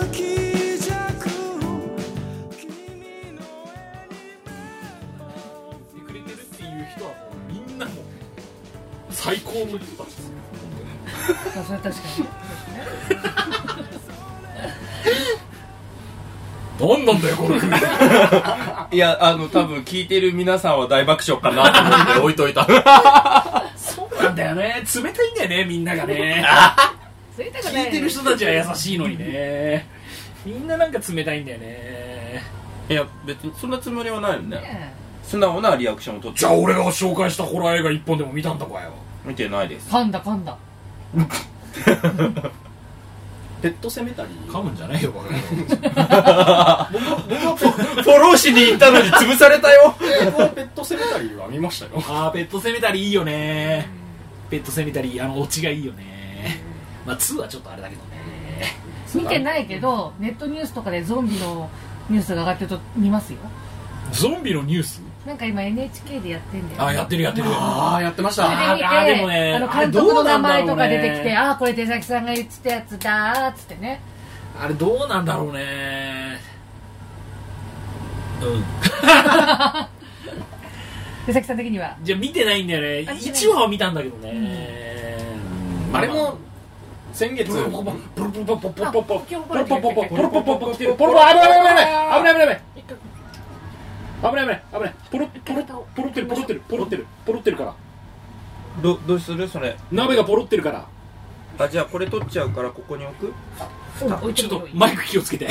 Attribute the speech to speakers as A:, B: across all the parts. A: 泣きじゃく君の
B: てくれてるっていう人はもうみんなもう最高の人たちです
C: まあそれは確か
B: 何なんだよこの組
D: いや、あの、多分聞いてる皆さんは大爆笑かなと思って置いといた。
B: そうなんだよね冷たいんだよねみんながね
C: に冷たくない
B: 聞いてる人たちは優しいのにねみんななんか冷たいんだよね
D: いや、別にそんなつもりはないよね。
C: ね
D: 素直なリアクションを取っ
B: じ
D: て
B: ゃあ俺が紹介したホラー映画一本でも見たんだかよ
D: 見てないです。
C: 噛んだ噛んだ
E: ペットセメタリー
B: 噛むんじゃないよバカ野郎
D: フォローしに行ったのに潰されたよ
E: 僕はペットセメタリーは見ましたよ
B: あーペットセメタリーいいよねペットセメタリーあのオチがいいよねまあ2はちょっとあれだけどね
C: 見てないけどネットニュースとかでゾンビのニュースが上がってると見ますよ
B: ゾンビのニュース
C: なんか今 NHK でやってんだよ
B: あやってるやってる
E: ああやってまし
C: それ
E: た
C: で見て
B: あーでもね
C: あの監督の名前と
B: あ
C: か
B: れ
C: 出
B: どうなんだろうね
C: てきてああこれ手崎さんが言ってたやつだーっつってね
B: あれどうなんだろうねうん
C: 手崎さん的には
B: じゃあ見てないんだよね
C: あ見てない
B: 1話は見たんだけどね
E: あれも先月
B: ブルポポブルポポポポポポ
C: 今日
B: ポロポポポポロポポポ来てるポ
E: ポ
B: ロポロ
E: ロポロ
B: 危
E: 危
B: な
E: ない
B: 危
E: い危
B: な
E: ないい
B: 危ない危ない危ない危ない危ないポロポロポロってるポロってるポロってるポロってるから
D: ど、どうするそれ。
B: 鍋がポロってるから
D: あ、じゃあこれ取っちゃうからここに置く
C: うん
B: ちょっとマイク気をつけて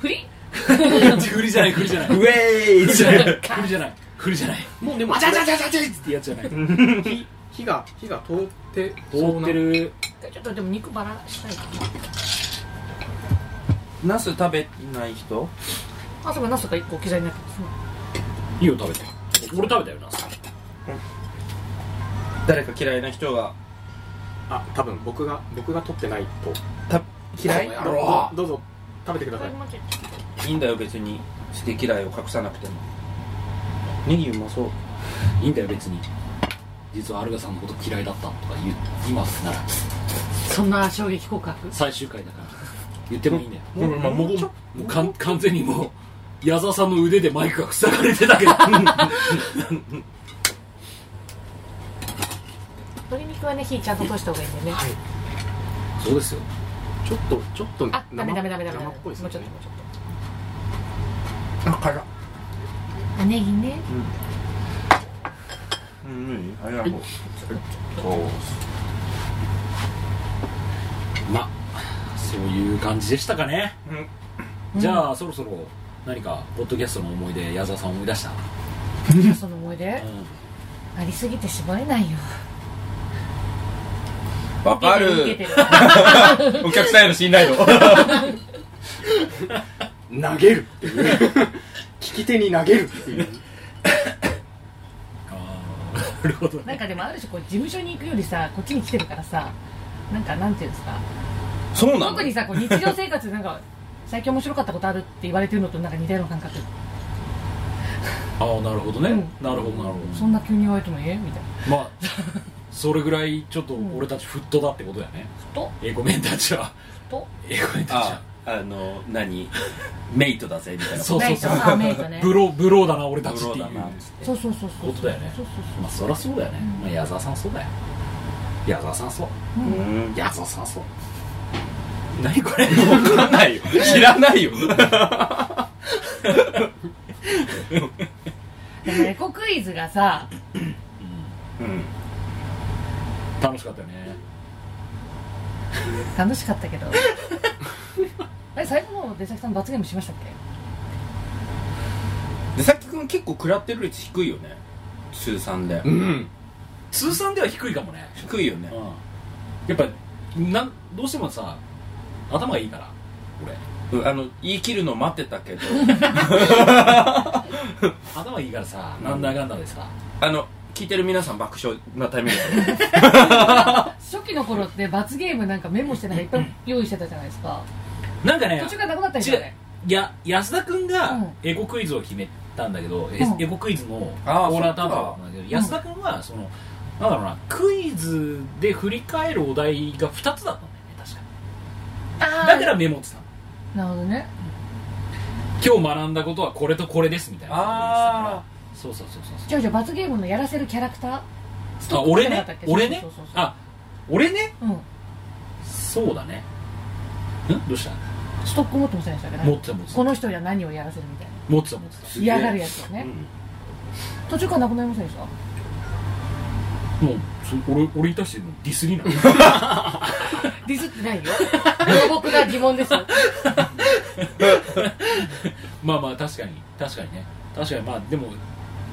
C: フリ
B: 振りじゃない振りじゃない
D: ウェーイ
B: 振りじゃない振りじゃない振りじゃない
E: もうでも
B: あちゃちゃちゃちゃちゃってやつじゃない通
E: 火火が火が通って
B: ってる
C: ちょっとでも肉ばらしたいか
D: ナス食べない人
C: なあそうかナスが一個刻みになってます
B: いいよ食べて俺食べたよな
D: 誰か嫌いな人が
E: あ多分僕が僕が取ってないと
D: た嫌い
E: どうぞどうぞ食べてください
D: いいんだよ別に好き嫌いを隠さなくてもネギうまそう
B: いいんだよ別に実はアルガさんのこと嫌いだったとか言う今なら
C: そんな衝撃告白
B: 最終回だから言ってもいいんだよ
D: もうまあもう
B: もうもうかん完全にもう矢沢さんの腕でマイクが塞がれてたけど
C: 鶏肉はね火ちゃんと通した方がいいんだよね
B: そうですよ
E: ちょっとちょっと
C: あダメダメダメダメ
E: 生
C: も
E: っぽいうです
C: ちょ
E: よ
C: っと
E: ね
C: もうちょっ
D: あ辛っ
C: とあネギね
D: うんうんありがとうそう
B: まあそういう感じでしたかね、じゃあ、そろそろ何かポッドキャストの思い出矢沢さん思い出した、
C: その思い出ありすぎて絞れないよ
D: わか
C: 受けて
D: る
C: る
D: お客さんへの信 頼度
E: 投げるっていう聞き手に投げるっていう
B: ああなるほど
C: なんかでもある 種こう事務所に行くよりさこっちに来てるからさなんかなんていうんですか
D: そうなの
C: 特にさこう日常生活でなんか 最近面白かったことあるって言われてるのとなんか似たような感覚
B: ああなるほどね、
C: うん
B: なるほどなるほ
C: そ
B: ど
C: んな急に言われてもええみたいな
B: まあそれぐらいちょっと俺たちフットだってことやね
C: と
B: 英語面たちは
C: と
B: 英語面たちは
D: ああの何メイトだぜみたいな
B: そうそうそう
C: メイトあメイトね
B: ブロブローだな俺たち
D: ブ
B: ってい
D: ロ
B: う
D: ーだな
C: そうそうそうそう
B: ことだよね
C: そうそう
B: まあそりゃそうだよね、まあ、矢沢さんそうだよ矢沢さんそう
D: うん
B: 矢沢さんそう何これ
D: 分かんないよ 知らないよ
C: そうでもエコクイズがさ
D: うん
B: 楽しかったよね
C: 楽しかったけどあれ最後の出先さん罰ゲームしましたっけ
D: でさっきくん結構食らってる率低いよね通算で
E: うん
B: 通算では低いかもね
D: 低いよね
B: やっぱなんどうしてもさ頭がいいから俺
D: うんあの言い切るの待ってた けど
B: 頭いいからさ
D: うん
B: なんだかんだでさ
D: あの聞いてる皆さん爆笑なタイミングだね
C: 初期の頃って罰ゲームなんかメモしてなんかいっぱい用意してたじゃないですか
B: なんかね
C: 途中からなくなったりし
B: 違
C: たよ
B: う
C: ね
B: いや安田君
C: う
B: が
C: ん
B: エコクイズを決めたんだけど、え
C: うん
B: エコクイズのオー
D: あー
B: ラー担当だったんだけど安田君はそのなんだろうなクイズで振り返るお題が2つだったんだよね確か
C: あー
B: だからメモってたの
C: なるほどね
B: 今日学んだことはこれとこれですみたいなことを言ってたから
D: あ
B: そうそうそうそう
C: じゃあじゃあ罰ゲームのやらせるキャラクタースト
B: あ
C: ップ
B: 俺
C: じゃ
B: ね
C: なかったっけ
B: 俺ね
C: そうそうそうそう
B: あ俺ね
C: う
B: そうだねんどうした
C: んストック持ってませんでしたっけ
B: 持ってた持ってた
C: この人には何をやらせるみたいな
B: 持ってた持って
D: すげえ
C: 嫌がるやつをね、途中からなくなりませんでした
B: たもうそ俺俺に対してのディスりなの
C: ディスってない よ素朴な疑問ですよ
B: まあまあ確かに確かにね確かにまあでも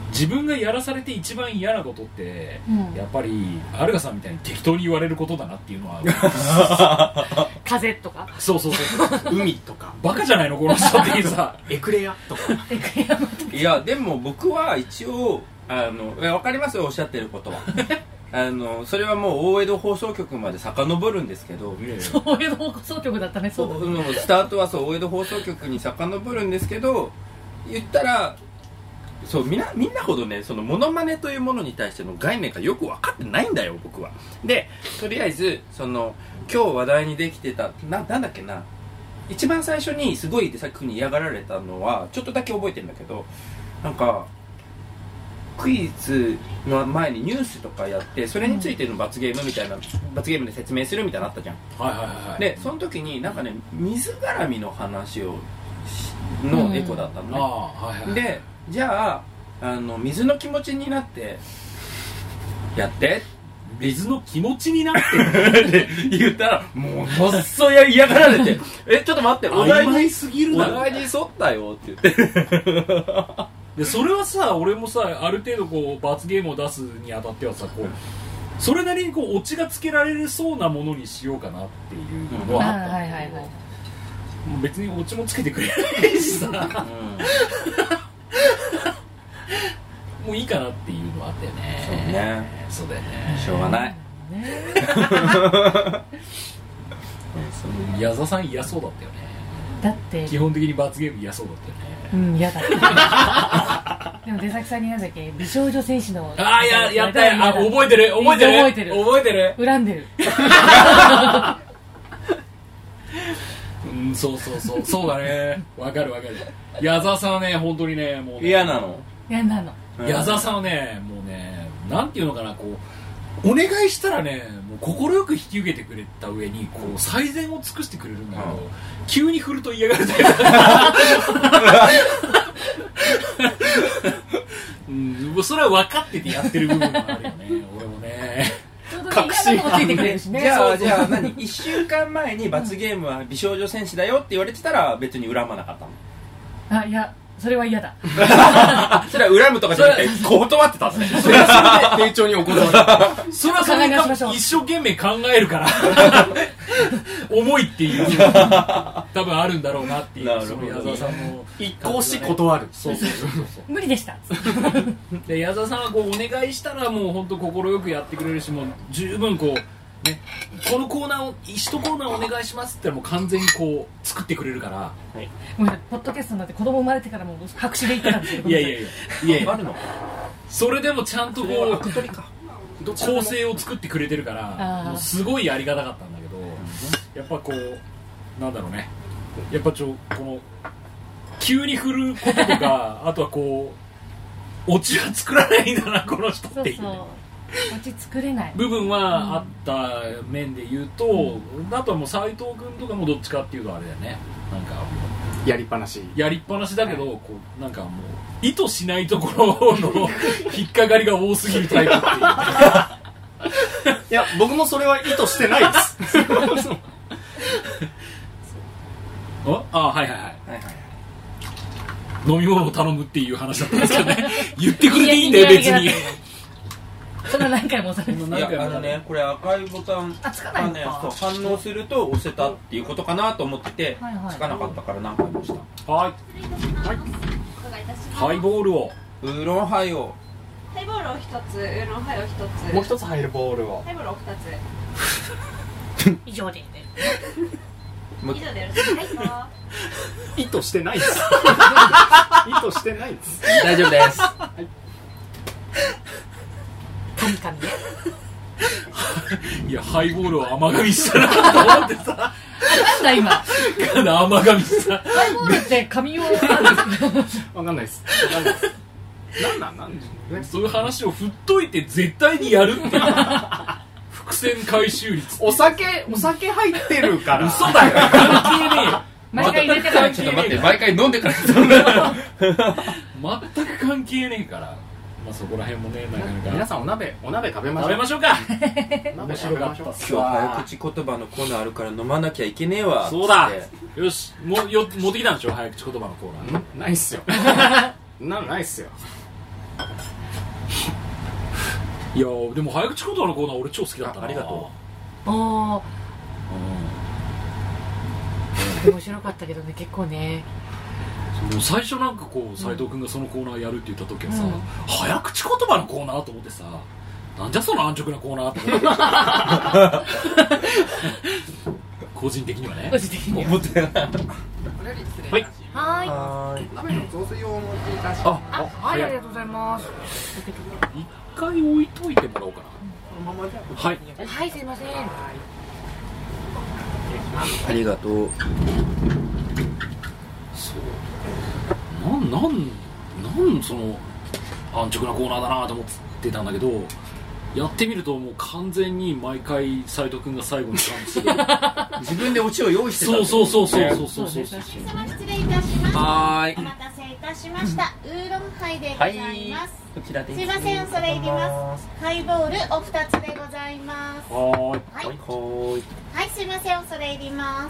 B: 自分がやらされて一番嫌なことって、
C: うん
B: やっぱりアルガさんみたいに適当に言われることだなっていうのは
C: 風とか
B: そうそうそうそう
E: 海とか
B: バカじゃないのこの人っていうさ
E: エクレアとか
C: で悔やむ
D: いやでも僕は一応あのいやわかりますよおっしゃってることは あのそれはもう大江戸放送局まで遡るんですけど
C: 俺の放送局だったね
D: そ
C: そうだね
D: うもうスタートはそう大江戸放送局に遡るんですけど言ったらそうみんなみんなほどねそのモノマネというものに対しての概念がよく分かってないんだよ僕はでとりあえずその今日話題にできてたななんだっけな一番最初にすごい出先君に嫌がられたのはちょっとだけ覚えてるんだけどなんかクイズの前にニュースとかやってそれについての罰ゲームみたいな罰ゲームで説明するみたいなのあったじゃん
B: はいはいはいはい
D: でその時になんかね水絡みの話をし
C: うん
D: のエコだったの
B: ああ
D: ね、
B: はいはいはい
D: でじゃああの水の気持ちになってやって
B: 水の気持ちになって
D: って言ったらもうもっそや嫌がられて 「えちょっと待ってお題
B: 曖昧
D: に
B: すぎる
D: お
B: だ
D: 題
B: ろ
D: に沿ったよ」って言って
B: でそれはさ俺もさある程度こう罰ゲームを出すにあたってはさこうそれなりにこうオチがつけられるそうなものにしようかなっていうのはあったんだけど
C: はいはいはいはい
B: もう別にオチもつけてくれないしさもういいかなっていうのはあったよね
D: そ
B: そう
D: うね
B: だよね
D: しょうがない
C: ね
B: その矢沢さん嫌そうだったよね
C: だって
B: 基本的に罰ゲーム嫌そうだったよね
C: うん嫌だ でも出先さんになんだっけ美少女戦士の
B: ああややったよあ覚えてる覚えてる
C: 覚えてる
B: 覚えてる
C: 恨んでる
B: うんそうそうそうそうだねわかるわかる矢沢さんはね本当にねもうね
D: 嫌なの
C: 嫌なの
B: 矢沢さんはねもうねなんていうのかなこうお願いしたらねもう快く引き受けてくれた上にこう最善を尽くしてくれるんだけど、
D: うん
B: 急に振ると嫌がるタイプうん、もうそれは分かっててやってる部分があるよね俺もね
C: ちょうどね嫌なとこついてくれるしね
D: じゃ
C: そ
D: あ
C: うそう
D: じゃあ何1週間前に罰ゲームは美少女戦士だよって言われてたら別に恨まなかったの
C: あいやそれは嫌だ
D: あそれは恨むとかじゃなくて断ってたんですね
E: それはそれで丁重に行われた
B: それはそれで
C: 考えましょう
B: 一生懸命考えるから 重いっていう多分あるんだろうなってい
D: な
B: う
D: る
B: そ
D: ほ
B: の
D: ど
B: 矢沢さんの
E: 一向し断る
B: そうそうそうそう
C: 無理でした
B: で矢沢さんはこうお願いしたらもう本当快くやってくれるしもう十分こうねこのコーナーを一コーナーお願いしますって言ったらもう完全にこう作ってくれるから
C: もうねポッドキャストになって子供生まれてからもう白紙で言ってたんですよ
B: いやいやいやいやい
D: あ
B: や
D: るの
B: それでもちゃんとこ
D: お
B: う
D: 取りか
B: 構成を作ってくれてるか
C: あ
B: ら
C: ー
B: もうすごいありがたかったんだけどやっぱこうなんだろうねやっぱちょこの急に振ることと かあとはこうオチは作らないんだなこの人
C: そ
B: っ
C: う
B: ていう
C: そう落ち作れない
B: 部分はあった面で言うと、あとはもう斎藤君とかもどっちかっていうとあれだよねなんかも
E: やりっぱなし
B: うやりっぱなしだけど、こうなんかもう意図しないところの引っかかりが多すぎるタイプっていう
E: いや僕もそれは意図してないです
B: ああはいはいはい
D: はいはい
B: 飲み物を頼むっていう話だったんですけどね 言ってくれていいんだよ別に
C: そんな何回もされて
B: そん
D: い
B: な何回も
D: やあのねこれ赤いボタン
C: あつかないのか
D: がねそう反応すると押せたっていうことかなと思ってて、
C: はいはい
D: つかなかったから何回も押した
B: はいハイボールを
D: ウーロンハイを
F: ハイボールを一つ、ウーロンハイを一つ。
E: もう一つ入るボールを
F: ハイボールを二
C: 以上で
D: もう
F: つ。以上でよろしいですか。
E: 意図してないです意図してないです
D: 大丈夫 です
C: カミカミで
B: いやハイボールを甘噛みしたなと思ってさ
C: なんなんだ今
B: かな甘神さ
C: ハイボールって紙用なん ですか
E: わかんないですわかんないですなんなんなんでしょうね
B: そういう話を振っといて絶対にやるっていう伏線回収率
E: お酒お酒入ってるから
B: 嘘だよ関係ねえよ
C: 毎回入れてから
B: 全く
D: ち
B: 関
D: ょっ
B: 係
D: と待
B: ね
D: って
B: えか
D: 毎回飲んでからそんな
B: ら全く関係ねえからまあそこら辺もねなかなか
E: 皆さんお鍋お鍋食べましょ
B: 食べ
E: う
B: ましょうか
E: お鍋食べましょう
B: 面白かったっす
D: 今日早口言葉のコーナーあるから飲まなきゃいけねえわ
B: そうだ
D: つって
B: よしもよ持ってきたんでしょ早口言葉のコーナー
E: んないっすよなんないっすよ
B: いやーでも早口言葉のコーナー俺超好きだったな
D: あありがと
C: おー
B: う
C: 面白かったけどね結構ね
B: んもう最初なんかこう斎藤君がそのコーナーやるって言った時はさ、
C: うん
B: 早口言葉のコーナーと思ってさなんじゃその安直なコーナーって思ってた 個人的にはね
C: 個人的には
D: 思ってな
B: はい
C: はーい
D: はーい
E: 鍋の雑炊をお持ちいたし
D: あ
C: あはいありがとうございます
B: 一回置いといてもらおうかなはい
C: はいすいません
D: ありがとう
B: そうなんなんなんその安直なコーナーだなと思ってたんだけどやってみるともう完全に毎回斎藤君が最後に感じて る
D: 自分でオチを用意してた
B: そうそうそうそうそうそうそう
C: そうね
F: お客様失礼いたします。
D: はーい
F: お待たせいたしました。ウーロンハイでご
D: は
F: ざ
D: い
F: います。
D: こちらです
F: すいません、恐れ入ります。ハイボールお二つでございます。
B: はーい
F: はい
D: は、ー
F: はい、すいません、恐れ入ります。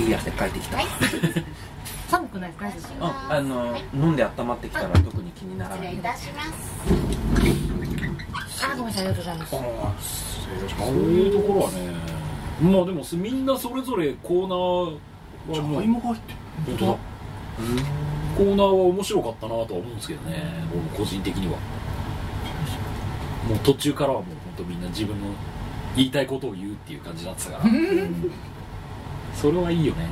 D: いいい汗かいてきた
F: はい、
C: 寒くないですか
F: 失礼いたし
D: あ
F: ます。
D: あの
F: はい
D: 飲んで温まってきたら特に気になら
F: 失
D: な
F: 礼
D: い
F: いたします。
C: あごめんなさいありがとうございます
B: そういうところはねまあでもみんなそれぞれコーナーはもう
E: が入って
B: 本当だコーナーは面白かったなとは思うんですけどね俺も個人的にはもう途中からはもう本当みんな自分の言いたいことを言うっていう感じになってたからそれはいいよね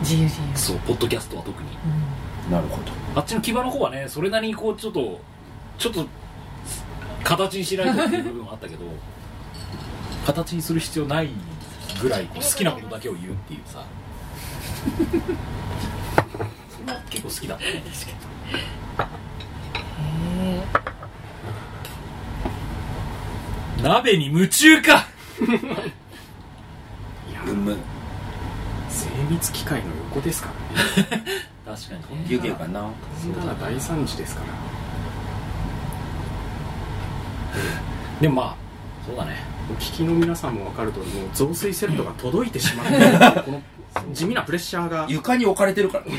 C: 自由自由
B: そうポッドキャストは特に
D: なるほど
B: あっちの牙の方はねそれなりにこうちょっとちょっと形にしないとっていう部分はあったけど 形にする必要ないぐらいこう好きなことだけを言うっていうさそれは結構好きだったね
C: へー
B: 鍋に夢中か
D: うむ
E: 精密機械の横ですからね
B: 確かに
D: 湯気かな
E: そんなら大惨事ですから
B: でもまあそうだね
E: お聞きの皆さんも分かるとりもう雑炊セットが届いてしまってこの地味なプレッシャーが
D: 床に置かれてるからね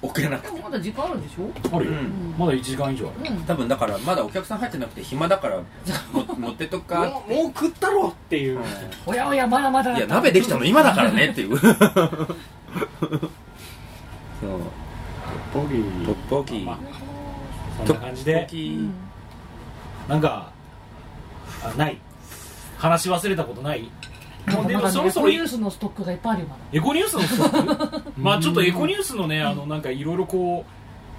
D: 置けなく
C: で
D: て
C: もまだ時間あるんでしょ
B: あ
D: う
B: るよ、
D: ん
B: まだ1時間以上ある
C: うん
D: 多分だからまだお客さん入ってなくて暇だからも持ってとくか
E: もうもう食ったろっていう
C: おやおやまだまだ
D: いや鍋できたの今だから ねっていうそう
E: ボギー
D: トッポギ
B: まあそ
D: ト
B: んな感じで
D: ッポ
C: う
D: ギ
C: ん
B: なんかあない話し忘れたことない
C: なんか
B: で
C: ま
B: も
C: だ
B: そ
C: ね
B: ろ
C: エ
B: そ
C: コ
B: ろ
C: ニュースのストックがいっぱいあるよまだ
B: エコニュースのストックまあちょっとエコニュースのねあのなんかいろいろこう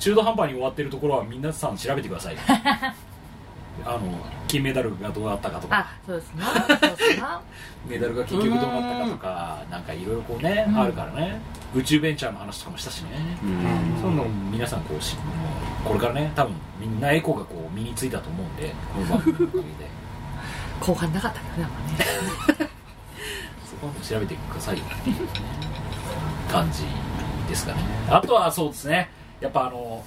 B: 中途半端に終わってるところは皆さん調べてくださいあの金メダルがどうだったかとか
C: あそうですなそうですな
B: メダルが結局どうなったかとかなんかいろいろこうね、
C: うん
B: あるからね宇宙ベンチャーの話とかもしたしね、
D: うん
B: そういうのを皆さんこうしこれからね多分みんなエコがこう身についたと思うんでこの番組のおかげで
C: 後半なかったけどねなんかね
B: そこはもう調べてくださいよっていうね感じですかねあとはそうですねやっぱあの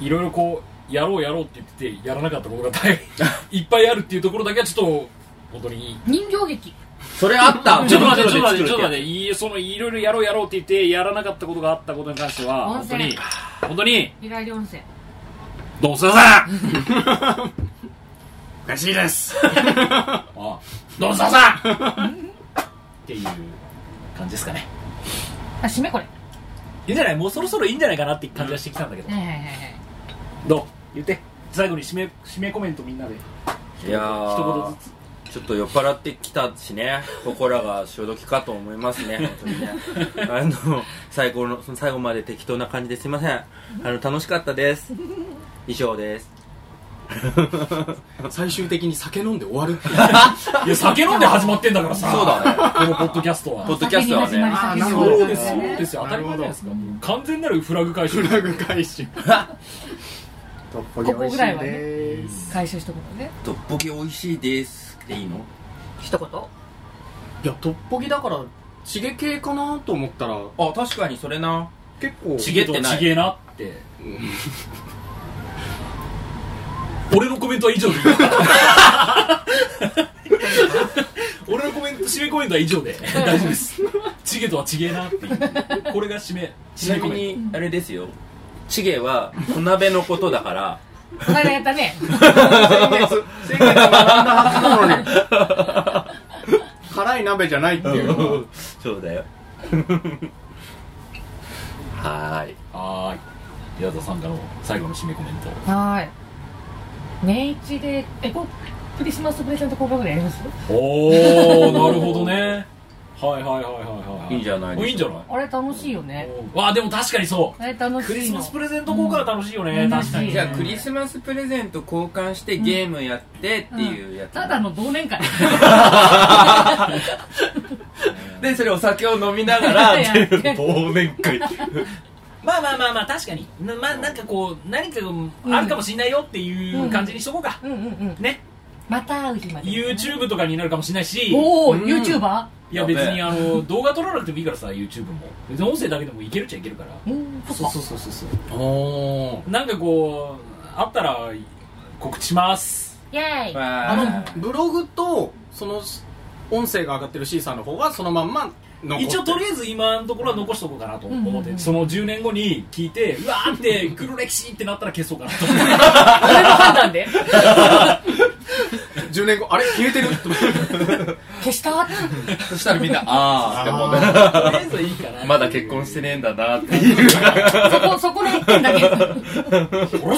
B: いろいろこうやろうやろうって言っててやらなかったことが大 変いっぱいあるっていうところだけはちょっと本当に
C: 人形劇
D: それあった
B: ちょっと待って、ちょっと待って、ちょっと待って、いいそのいろいろやろうやろうって言って、やらなかったことがあったことに関しては、
C: 温
B: 本当
C: 泉
B: に、本当に、
C: リライリ温泉
B: どうすさん
E: おかしいです
B: あどうすさんっていう感じですかね。
C: あ締めこれ
B: いいんじゃないもうそろそろいいんじゃないかなって感じはしてきたんだけど
C: は。いはいはいはい
B: どう言って。最後に締め、締めコメントみんなで。
D: いやー
B: 一言ずつ。
D: ちょっと酔っ払ってきたしね、ここらが潮時かと思います ね、本当にね。あの、最後の、最後まで適当な感じですいません。あの、楽しかったです。以上です。
E: 最終的に酒飲んで終わるっていう
B: い や酒飲んで始まってんだからさ
D: そうだ
B: ねこのポッドキャストは
D: ポッドキャストはね
C: 先に始まり
E: あーなるほど
B: そう
C: 先
B: で
C: に
B: す
C: 始
B: そう
C: まり
B: ですよ当たり前じゃないですか
E: なるほど
B: もう完全なるフラグ回収
E: フラグ回収トッポギ美味しいです
C: 回収したことね
D: トッポギ美味しいですっていいの
C: 一言
E: いやトッポギだからチゲ系かなと思ったら
D: あ確かにそれな
E: 結構
D: チ
B: ちげ
D: ゲっ
B: と
D: てない
B: ちげえなって俺のコメントは 以上でいい俺のコメント締めコメントは以上で大丈夫ですちげとはちげえなっていうこれが締め
D: ち
B: 締
D: な
B: めコ
D: み
B: メン
D: にあれですよチゲは小鍋のことだから
C: この間やったね
E: 先月先月学んだはずなのに 辛い鍋じゃないっていうのは
D: そう だよはーい
B: トはーい矢田さんからの最後の締めコメント
C: はーい年一でえこクリスマスプレゼント交換ぐらいやります
B: おーなるほどねはいはいはいはいはい
D: いいんじゃないですか
B: いいんじゃない
C: あれ楽しいよね
B: わあでも確かにそ
C: あれ楽
B: う
C: しいの
B: クリスマスプレゼント交換は楽しいよね、
C: うん
B: 確かに
D: じゃあクリスマスプレゼント交換してゲームやってっていうやつ、
C: ただの忘年会
D: でそれお酒を飲みながら
C: いやいや
D: 忘年 会
B: まあまあまあまあ確かになまあなんかこう何かあるかもしんないよっていう感じにしとこうか、
C: うんうんうん
B: ね
C: また会う日まで
B: YouTube とかになるかもしんないし
C: おお
E: うん
C: YouTuber?
B: いや別にあの動画撮らなくてもいいからさ YouTube も別に音声だけでもいけるっちゃいけるから
C: うんそっ
B: そう
C: か
B: そうそうそうそう
E: おー
B: なんかこうあったら告知します
C: イェーイ
E: あのブログとその音声が上がってる C さんの方はそのまんま残ってる
B: 一応とりあえず今のところは残しとこうかなと思って、
C: うんうんうん
B: その10年後に聞いてうわーって黒歴史ってなったら消そうかな と思って
C: 俺の判断で
E: 10年後あれ消えてると思って
C: 消したって
D: そしたらみんなあ
B: とりあえずはいいかな
D: あまだ結婚してねえんだなって いう
C: そこそこの一点だけ
B: 殺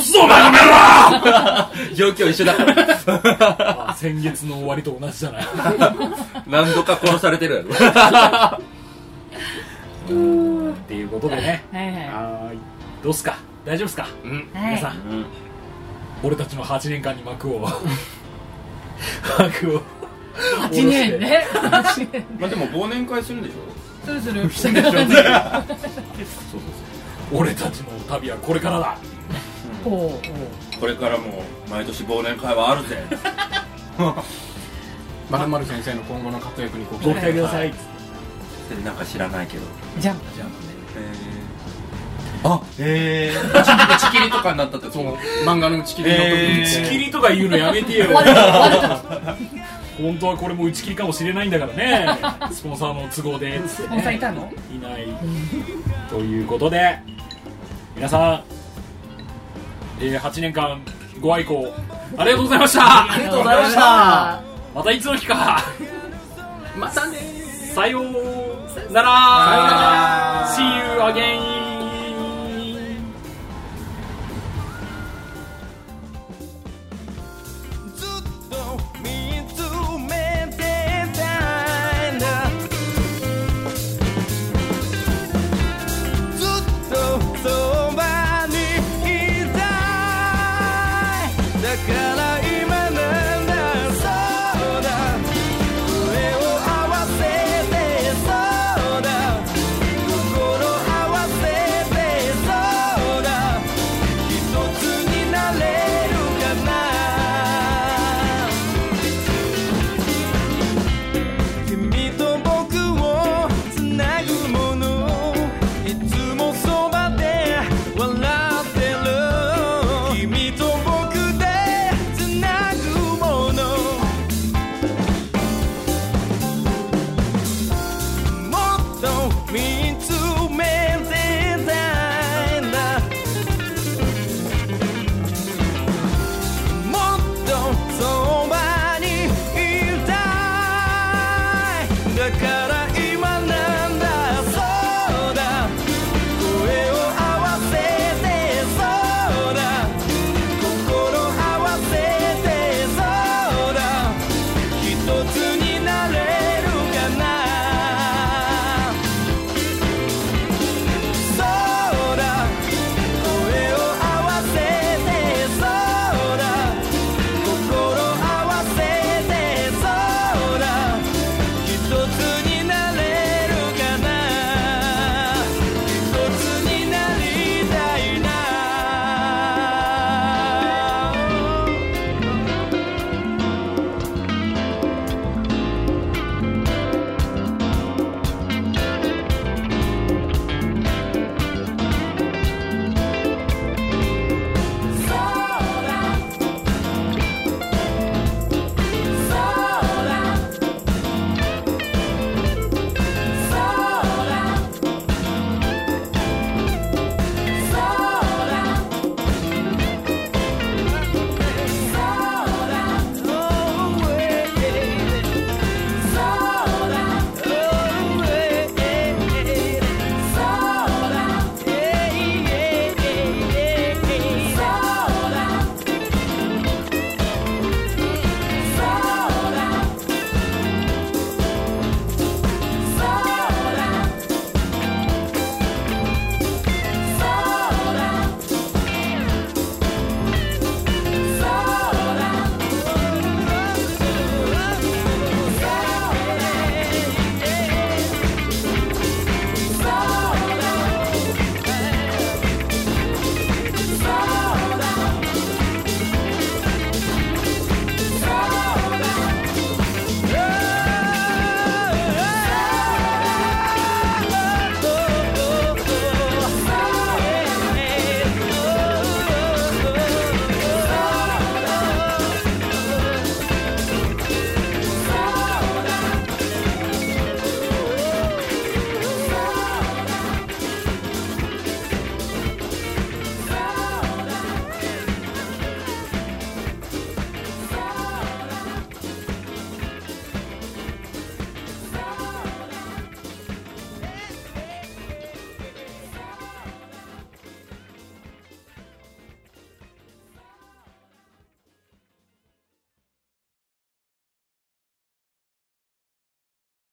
B: すぞお前の野郎
D: 状況一緒だから
B: あ 先月の終わりと同じじゃない
D: 何度か殺されてるやろ
B: っていうことでね
C: はいは
E: はーい
B: どうっすか大丈夫っすか、
E: うん
C: いは
B: 皆
C: い
B: さん 俺たちの8年間に幕を幕を
C: 8年ね 8年
D: まあでも忘年会するんでし ょ
C: するする
B: 俺たちの旅はこれからだ
C: おおう
D: これからも毎年忘年会はあるぜ
E: まるまる先生の今後の活躍にご期
B: ご
E: 待
B: 期待ください
D: なんか知らないけど
C: じゃん
B: じゃあね
D: あえー、打ち切りとかになったって
E: そ
D: そう
E: 漫画の打ち切りの時に、
D: えー
B: 打ち切りとか言うのやめてよ
C: 終わる終わるから
B: 本当はこれも打ち切りかもしれないんだから ねスポンサーの都合で
C: スポンサーいたの
B: いないということで皆さん、えー8年間ご愛顧ありがとうございました
C: あ
E: た
B: またいつの日か
E: またね
B: さようなら See you again
A: ずっと見つめてたんだずっとそばにいたいだから今なんだそうだ上を合わせてそうだ心合わせてそうだ一つになれるかな君と僕をつなぐものいつもそばで笑ってる君と僕でつなぐものもっと見つめてたいなもっとそばにいたいだから